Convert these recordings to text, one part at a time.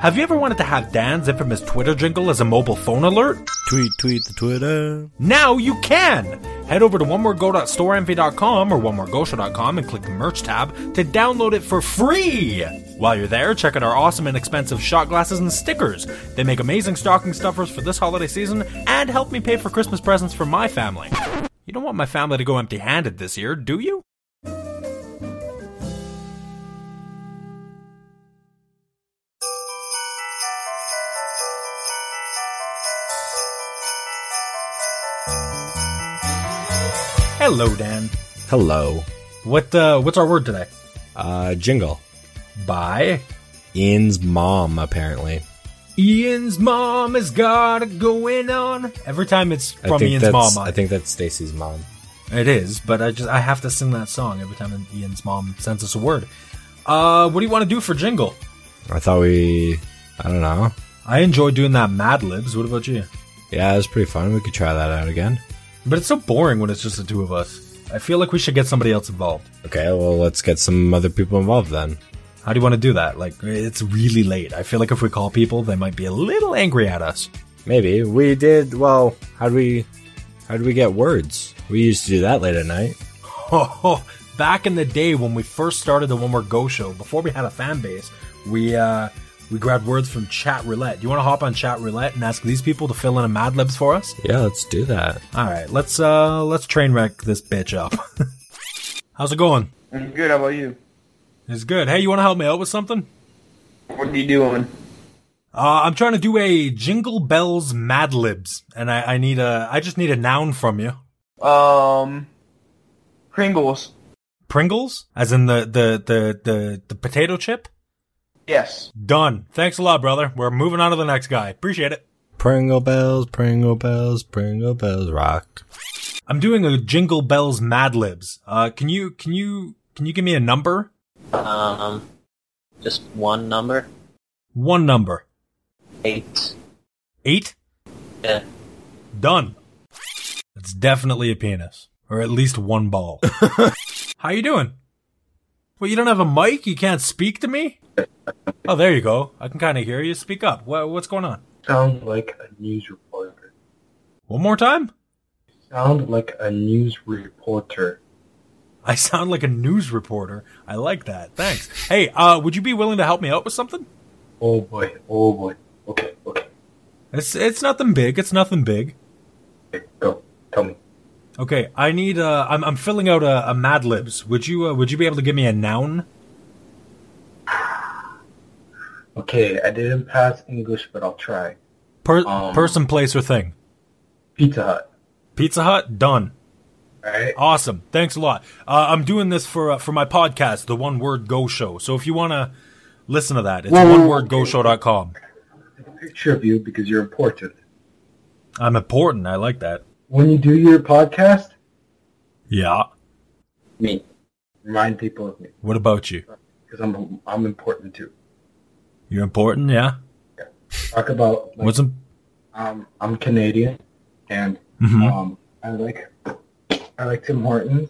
Have you ever wanted to have Dan's infamous Twitter jingle as a mobile phone alert? Tweet, tweet the Twitter. Now you can! Head over to onemoregO.storeenvy.com or onemoregosha.com and click the merch tab to download it for free! While you're there, check out our awesome and expensive shot glasses and stickers. They make amazing stocking stuffers for this holiday season and help me pay for Christmas presents for my family. You don't want my family to go empty handed this year, do you? Hello, Dan. Hello. What uh, what's our word today? Uh, jingle. Bye. Ian's mom, apparently. Ian's mom has got it going on. Every time it's I from think Ian's that's, mom, I I think that's Stacy's mom. it is. But I just I have to sing that song every time Ian's mom sends us a word. Uh, what do you want to do for jingle? I thought we. I don't know. I enjoy doing that Mad Libs. What about you? Yeah, it was pretty fun. We could try that out again. But it's so boring when it's just the two of us. I feel like we should get somebody else involved. Okay, well, let's get some other people involved then. How do you want to do that? Like it's really late. I feel like if we call people, they might be a little angry at us. Maybe we did. Well, how do we? How do we get words? We used to do that late at night. Oh, back in the day when we first started the One More Go show, before we had a fan base, we uh, we grabbed words from Chat Roulette. Do you want to hop on Chat Roulette and ask these people to fill in a Mad Libs for us? Yeah, let's do that. All right, let's uh, let's train wreck this bitch up. How's it going? I'm good. How about you? It's good. Hey, you want to help me out with something? What are you doing? Uh, I'm trying to do a Jingle Bells Mad Libs, and I, I need a I just need a noun from you. Um, Pringles. Pringles, as in the the the the, the potato chip. Yes. Done. Thanks a lot, brother. We're moving on to the next guy. Appreciate it. Pringle bells, Pringle bells, Pringle bells rock. I'm doing a Jingle Bells Mad Libs. Uh, can you can you can you give me a number? Um, just one number. One number. Eight. Eight. Yeah. Done. It's definitely a penis, or at least one ball. How you doing? Well, you don't have a mic. You can't speak to me. Oh, there you go. I can kind of hear you. Speak up. What, what's going on? Sound like a news reporter. One more time. Sound like a news reporter. I sound like a news reporter. I like that. Thanks. hey, uh, would you be willing to help me out with something? Oh boy, oh boy. Okay, okay. It's it's nothing big. It's nothing big. okay, Go. Tell me. Okay, I need. Uh, I'm I'm filling out a, a Mad Libs. Would you uh, Would you be able to give me a noun? Okay, I didn't pass English, but I'll try. Per- Um. person, place, or thing. Pizza Hut. Pizza Hut. Done. Alright? Awesome. Thanks a lot. Uh, I'm doing this for uh, for my podcast, the One Word Go Show. So if you want to listen to that, it's Whoa, whoa, whoa. onewordgoshow.com. Picture of you because you're important. I'm important. I like that. When you do your podcast, Yeah. Me. remind people of me What about you? because I'm I'm important too. You're important. Yeah. Talk about like, What's im- um I'm Canadian and Mhm. um I like I like Tim Hortons.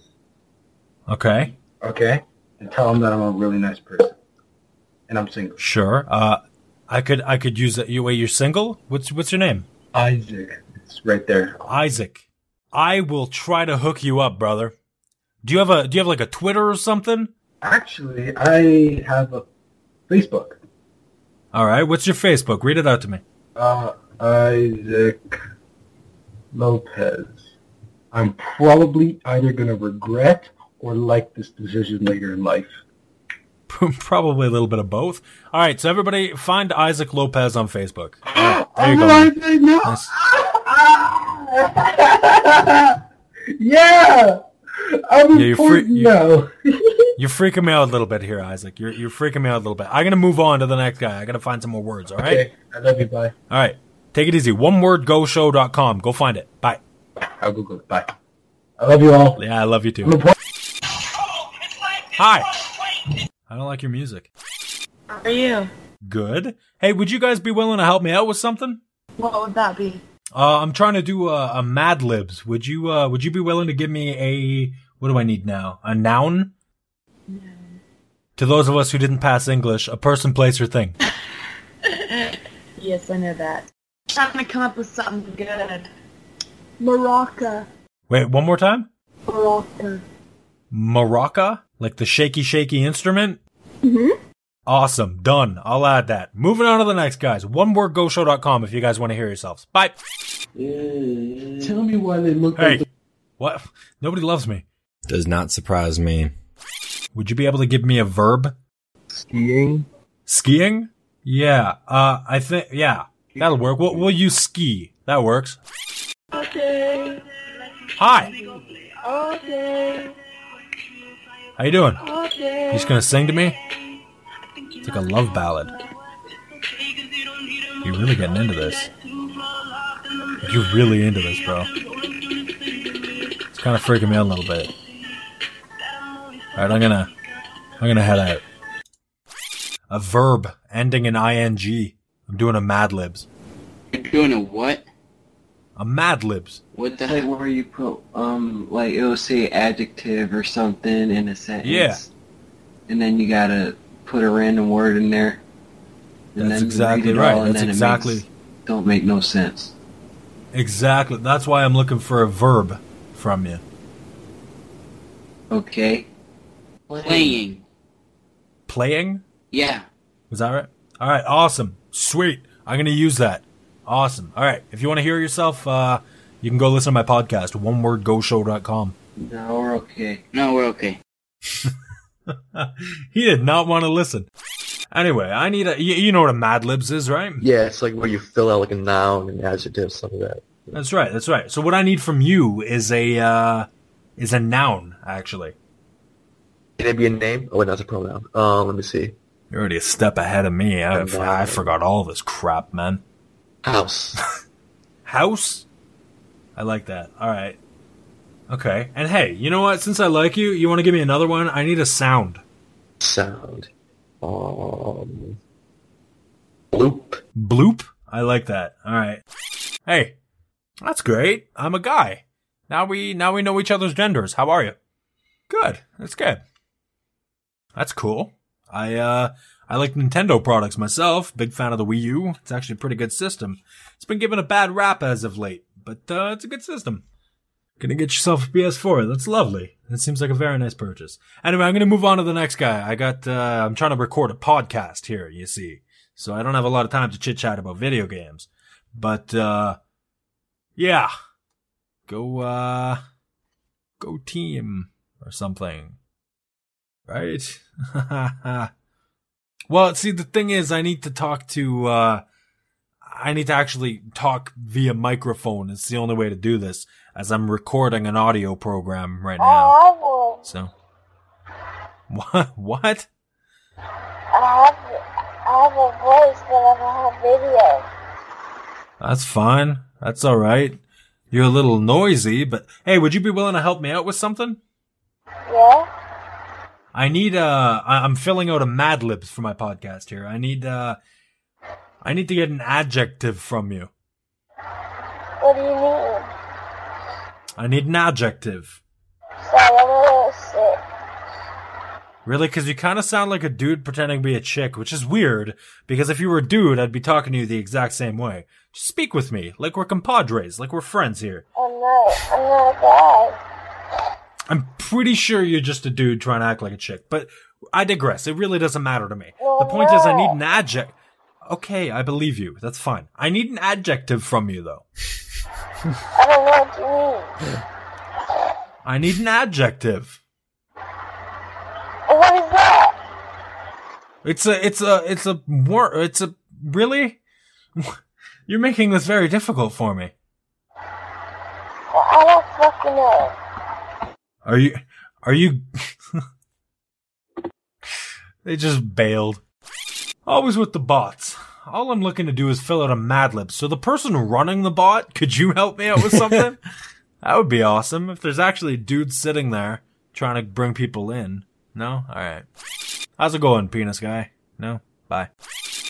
okay? okay, and tell them that I'm a really nice person, and I'm single. Sure. Uh, I could I could use that. You wait. You're single. What's What's your name? Isaac, it's right there. Isaac, I will try to hook you up, brother. Do you have a do you have like a Twitter or something? Actually, I have a Facebook. All right, what's your Facebook? Read it out to me. Uh, Isaac Lopez. I'm probably either gonna regret or like this decision later in life. Probably a little bit of both. All right, so everybody find Isaac Lopez on Facebook. There you I'm go. Isaac, no. Nice. yeah, I'm Yeah, you're free- important now. You're freaking me out a little bit here, Isaac. You're you're freaking me out a little bit. I'm gonna move on to the next guy. I gotta find some more words. All right, okay, I love you. Bye. all right. Take it easy. One word. GoShow.com. Go find it. Bye. I'll Google it. Bye. I love you all. Yeah, I love you I'm too. important. Hi. I don't like your music. How are you? Good. Hey, would you guys be willing to help me out with something? What would that be? Uh, I'm trying to do a, a Mad Libs. Would you uh, Would you be willing to give me a what do I need now? A noun. To those of us who didn't pass English, a person, place, or thing. yes, I know that. Trying to come up with something good. Maraca. Wait, one more time. Maraca. Maraca, like the shaky, shaky instrument. Mm-hmm. Awesome. Done. I'll add that. Moving on to the next, guys. One word GoShow.com if you guys want to hear yourselves. Bye. Tell me why they look Hey. like What? Nobody loves me. Does not surprise me. Would you be able to give me a verb? skiing. Skiing? Yeah. Uh, I think, yeah. That'll work. We'll, we'll use ski. That works. Okay. Hi. Okay. How you doing? You Okay. just gonna sing to me? It's like a love ballad. You're really getting into this. You're really into this, bro. It's kind of freaking me out a little bit. All right, I'm gonna, I'm gonna head out. A verb ending in ing. I'm doing a Mad Libs. You're doing a what? A Mad Libs. What the Like heck? where you put um like it'll say adjective or something in a sentence. Yeah. And then you gotta put a random word in there. That's And then you read exactly it right. all, and That's then it exactly- makes- don't make no sense. Exactly. That's why I'm looking for a verb from you. Okay. Playing. Playing? Yeah. Is that right? All right, awesome, sweet. I'm gonna use that. Awesome. All right, if you want to hear yourself, uh, you can go listen to my podcast, onewordgoshow.com. No, we're okay. No, we're okay. He did not want to listen. Anyway, I need a. You, you know what a Mad Libs is, right? Yeah, it's like where you fill out like a noun and adjective, stuff like that. That's right. That's right. So what I need from you is a uh, is a noun, actually. Can it be a name? Oh, wait, that's a pronoun. Um, let me see. You're already a step ahead of me. I, A noun. I forgot all this crap, man. House. House? I like that. All right. Okay. And hey, you know what? Since I like you, you want to give me another one? I need a sound. Sound. Um. Loop. Bloop. I like that. All right. Hey, that's great. I'm a guy. Now we now we know each other's genders. How are you? Good. That's good. That's cool. I uh I like Nintendo products myself. Big fan of the Wii U. It's actually a pretty good system. It's been given a bad rap as of late, but uh, it's a good system. Gonna get yourself a PS4. That's lovely. That seems like a very nice purchase. Anyway, I'm gonna move on to the next guy. I got uh I'm trying to record a podcast here. You see so I don't have a lot of time to chit chat about video games. But uh yeah. Go uh go team or something. Right? well, see the thing is I need to talk to uh I need to actually talk via microphone. It's the only way to do this as I'm recording an audio program right now. Oh, So What what? I have, I have a voice, but I don't have video. That's fine. That's all right. You're a little noisy, but hey, would you be willing to help me out with something? Yeah? I need uh I- I'm filling out a Mad Libs for my podcast here. I need uh I need to get an adjective from you. What do you mean? I need an adjective. So I'm a little sick. Really? Because you kind of sound like a dude pretending to be a chick, which is weird. Because if you were a dude, I'd be talking to you the exact same way. Just speak with me, like we're compadres, like we're friends here. I'm not, I'm not a guy. I'm pretty sure you're just a dude trying to act like a chick, but I digress. It really doesn't matter to me. The point is, I need an adjective. Okay, I believe you. That's fine. I need an adjective from you, though. I don't know what you mean. I need an adjective. What is that? It's a, it's a, it's a more, it's a, really? You're making this very difficult for me. Well, I don't fucking know. Are you, are you, they just bailed. Always with the bots. All I'm looking to do is fill out a Mad Lib. So the person running the bot, could you help me out with something? that would be awesome. If there's actually a dude sitting there trying to bring people in. No? Alright. How's it going, penis guy? No? Bye.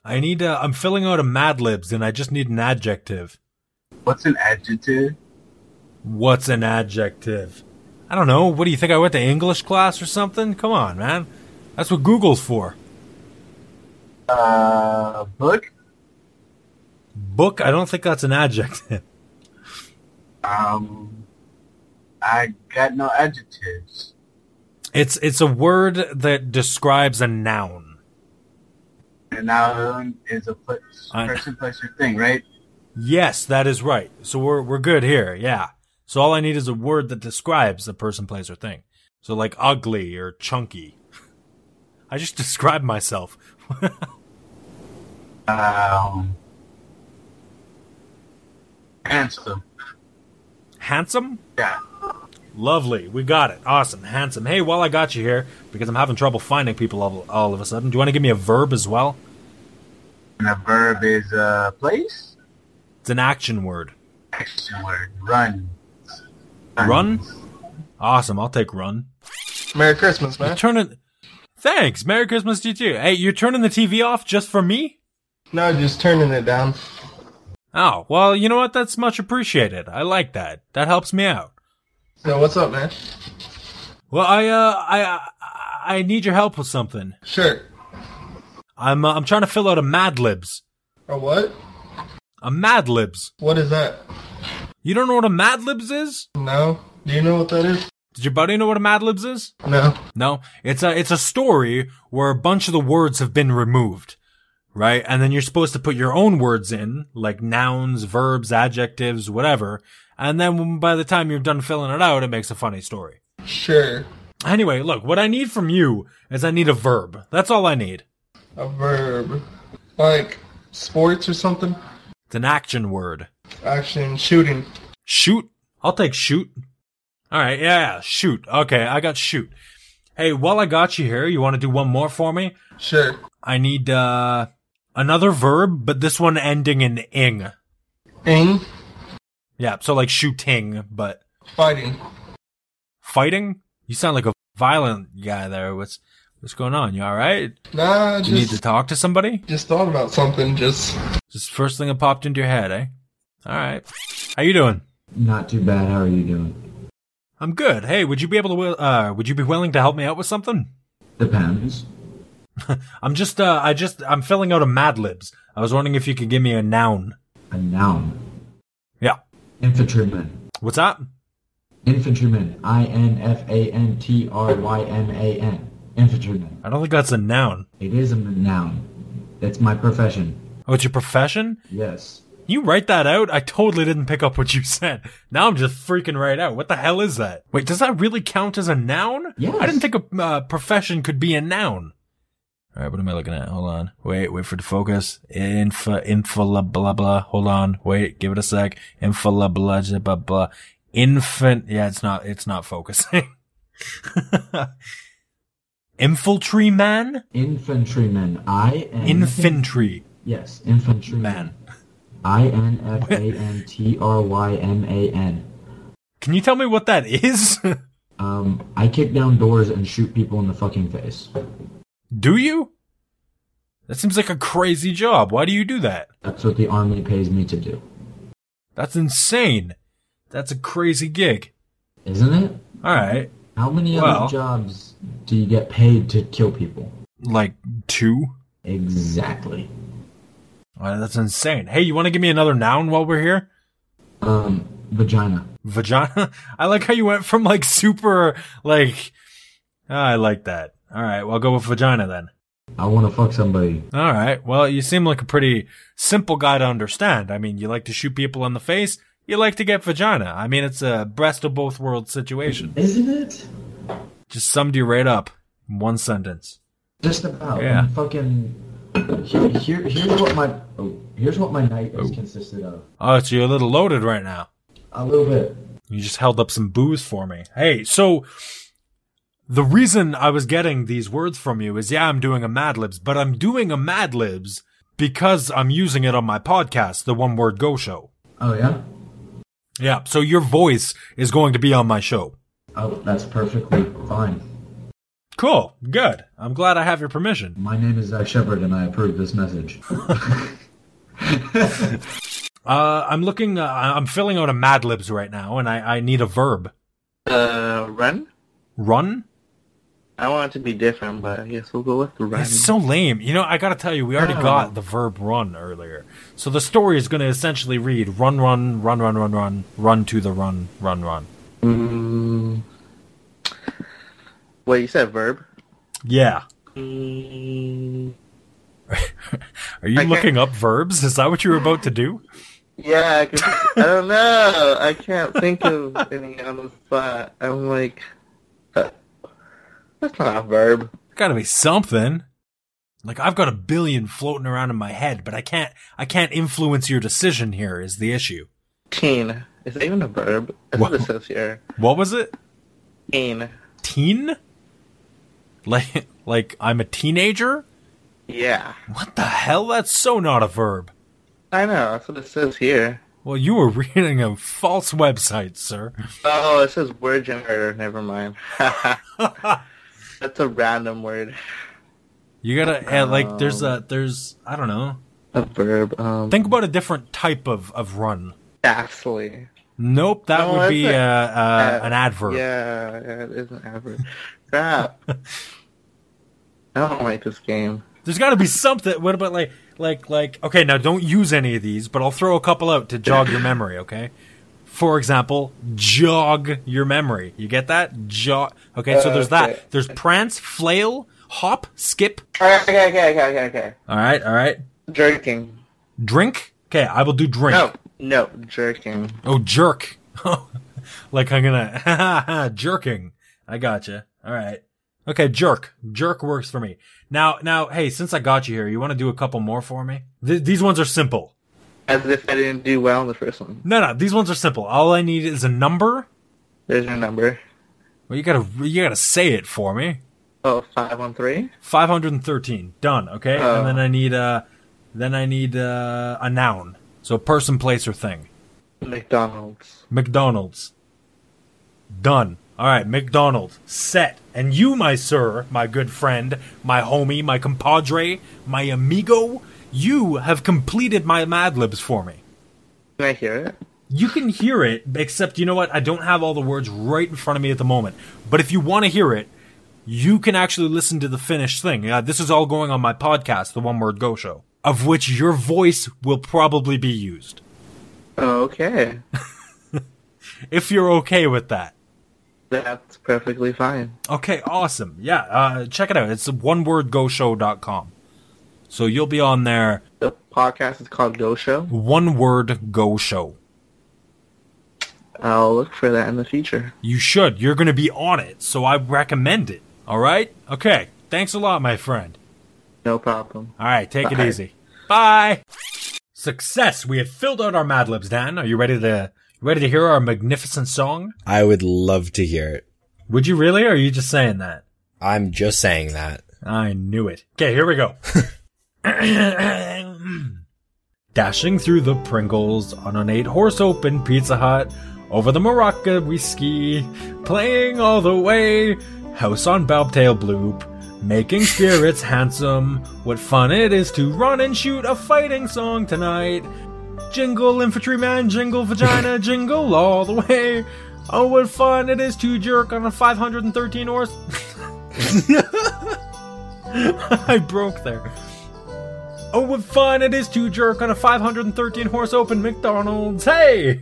I need, uh, I'm filling out a Mad Libs and I just need an adjective. What's an adjective? What's an adjective? I don't know. What do you think? I went to English class or something? Come on, man. That's what Google's for. Uh, book. Book, I don't think that's an adjective. Um, I got no adjectives. It's it's a word that describes a noun. And noun is a place, I- person, place, or thing, right? Yes, that is right. So we're we're good here. Yeah. So all I need is a word that describes the person, place, or thing. So like ugly or chunky. I just described myself. Um, handsome. Handsome? Yeah. Lovely. We got it. Awesome. Handsome. Hey, while I got you here, because I'm having trouble finding people all, all of a sudden, do you want to give me a verb as well? And a verb is uh, place. It's an action word. Action word. Run. Run? Awesome. I'll take run. Merry Christmas, You're man. turning. Thanks. Merry Christmas to you too. Hey, you're turning the TV off just for me? No, just turning it down. Oh, well, you know what? That's much appreciated. I like that. That helps me out. So what's up, man? Well, I, uh, I, I, I need your help with something. Sure. I'm, uh, I'm trying to fill out a Mad Libs. Or what? A Mad Libs. What is that? You don't know what a Mad Libs is? No. Do you know what that is? Did your buddy know what a Mad Libs is? No. No, it's a it's a story where a bunch of the words have been removed, right? And then you're supposed to put your own words in, like nouns, verbs, adjectives, whatever. And then when- by the time you're done filling it out, it makes a funny story. Sure. Anyway, look, what I need from you is I need a verb. That's all I need. A verb. Like sports or something? It's an action word. Action shooting. Shoot. I'll take shoot. All right, yeah, shoot. Okay, I got shoot. Hey, while I got you here, you want to do one more for me? Sure. I need uh another verb, but this one ending in ing. Ing. Yeah, so like shooting, but Fighting. fighting? You sound like a violent guy there. What's what's going on? You alright? Nah, Do you need to just talk to somebody? just thought about something. Just Just first thing that popped into your head, eh? Alright. How you doing? Not too bad. How are you doing? I'm good. Hey, would you be able to wi- uh would you be willing to help me out with something? Depends. I'm just uh I just I'm filling out a mad libs. I was wondering if you could give me a noun. A noun. Yeah. Infantryman. What's that? Infantryman. I N F A N T R Y M A N. Infantryman. I don't think that's a noun. It is a noun. That's my profession. Oh, it's your profession? Yes. You write that out? I totally didn't pick up what you said. Now I'm just freaking right out. What the hell is that? Wait, does that really count as a noun? Yes. I didn't think a uh, profession could be a noun. All right, what am I looking at? Hold on. Wait, wait for the focus. Infa, infa, la, blah, blah. Hold on. Wait, give it a sec. Infa, la, blah, blah, blah, blah. Infant. Yeah, it's not, it's not focusing. Infantry man? Infantryman. I Mm-hmm. N. Infantry Yes. Infantryman. man. I N F A N T R Y M A N. Can you tell me what that is? Um, I kick down doors and shoot people in the fucking face. Do you? That seems like a crazy job. Why do you do that? That's what the army pays me to do. That's insane. That's a crazy gig. Isn't it? All right. How many Well- other jobs do you get paid to kill people? Like two? Exactly. Wow, that's insane. Hey, you want to give me another noun while we're here? Um, vagina. Vagina? I like how you went from like super, like. Ah, I like that. All right. Well, go with vagina then. I want to fuck somebody. All right. Well, you seem like a pretty simple guy to understand. I mean, you like to shoot people in the face. You like to get vagina. I mean, it's a breast of both worlds situation. Isn't it? Just summed you right up in one sentence. Just about. Yeah. And fucking. Here, here, here's what my oh, here's what my night is consisted of. Oh, so you're a little loaded right now. A little bit. You just held up some booze for me. Hey, so the reason I was getting these words from you is yeah, I'm doing a Mad Libs, but I'm doing a Mad Libs because I'm using it on my podcast, the One Word Go Show. Oh yeah. Yeah, so your voice is going to be on my show. Oh, that's perfectly fine. Cool, good. I'm glad I have your permission. My name is Zach Shepard, and I approve this message. Uh, I'm looking, uh, I'm filling out a Mad Libs right now, and I, I need a verb. Uh, run. Run? I want it to be different, but I guess we'll go with the run. It's so lame. You know, I gotta tell you, we already No. got the verb run earlier. So the story is gonna essentially read run, run, run, run, run, run, run to the run, run, run. Mm. Wait, you said verb? Yeah. Mm. Are you I can't- looking up verbs? Is that what you were about to do? Yeah, I, can, I don't know. I can't think of any on the spot. I'm like, uh, that's not a verb. Gotta be something. Like I've got a billion floating around in my head, but I can't I can't influence your decision here is the issue. Teen. Is that even a verb? That's what it says here. What was it? Teen. Teen? Like like I'm a teenager? Yeah. What the hell? That's so not a verb. I know. That's what it says here. Well, you were reading a false website, sir. Oh, it says word generator. Never mind. that's a random word. Um, You gotta yeah, like there's a there's I don't know. A verb. Um, Think about a different type of of run. Daxley. Nope, that No, would be uh, that's a- uh, Uh, an adverb. Yeah, yeah, it is an adverb. Crap. I don't like this game. There's got to be something. What about like like like? Okay, now don't use any of these, but I'll throw a couple out to jog your memory. Okay. For example, jog your memory. You get that? Jog. Okay, so Uh, there's okay. that. There's prance, flail, hop, skip. Okay, okay, okay, okay, okay. All right, all right. Jerking. Drink. Okay, I will do drink. No, no, jerking. Oh, jerk. like I'm gonna jerking. I gotcha. All right. Okay, jerk. Jerk works for me. Now, now, hey, since I got you here, you want to do a couple more for me? Th- these ones are simple. As if I didn't do well in the first one. No, no, these ones are simple. All I need is a number. There's your number. Well, you gotta, you gotta say it for me. Oh, 513? Five hundred and thirteen. Done. Okay, Oh. and then I need a, then I need a, a noun. So person, place, or thing. McDonald's. McDonald's. Done. All right, McDonald's set. And you, my sir, my good friend, my homie, my compadre, my amigo, you have completed my Mad Libs for me. Can I hear it? You can hear it, except you know what? I don't have all the words right in front of me at the moment. But if you want to hear it, you can actually listen to the finished thing. Uh, this is all going on my podcast, the One Word Go Show, of which your voice will probably be used. Okay. If you're okay with that. That's perfectly fine. Okay, awesome. Yeah, uh, check it out. It's onewordgoshow.com. So you'll be on there. The podcast is called Go Show. One word go show. I'll look for that in the future. You should. You're going to be on it. So I recommend it. All right? Okay. Thanks a lot, my friend. No problem. All right, take Bye. it easy. Bye. Success. We have filled out our Mad Libs, Dan. Are you ready to ready to hear our magnificent song? I would love to hear it. Would you really or are you just saying that? I'm just saying that. I knew it. Okay, here we go. Dashing through the Pringles on an eight horse open Pizza Hut, over the Maraca we ski, playing all the way, house on Bobtail Bloop, making spirits handsome. What fun it is to run and shoot a fighting song tonight! Jingle infantryman, jingle vagina, jingle all the way. Oh, what fun it is to jerk on a 513 horse. I broke there. Oh, what fun it is to jerk on a 513 horse open McDonald's. Hey!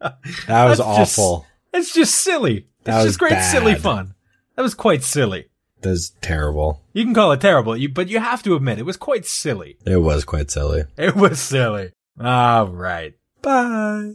That was That's just- awful. It's just silly. That it's was just great bad. silly fun. That was quite silly. That was terrible. You can call it terrible, you- but you have to admit it was quite silly. It was quite silly. It was silly. All right. Bye.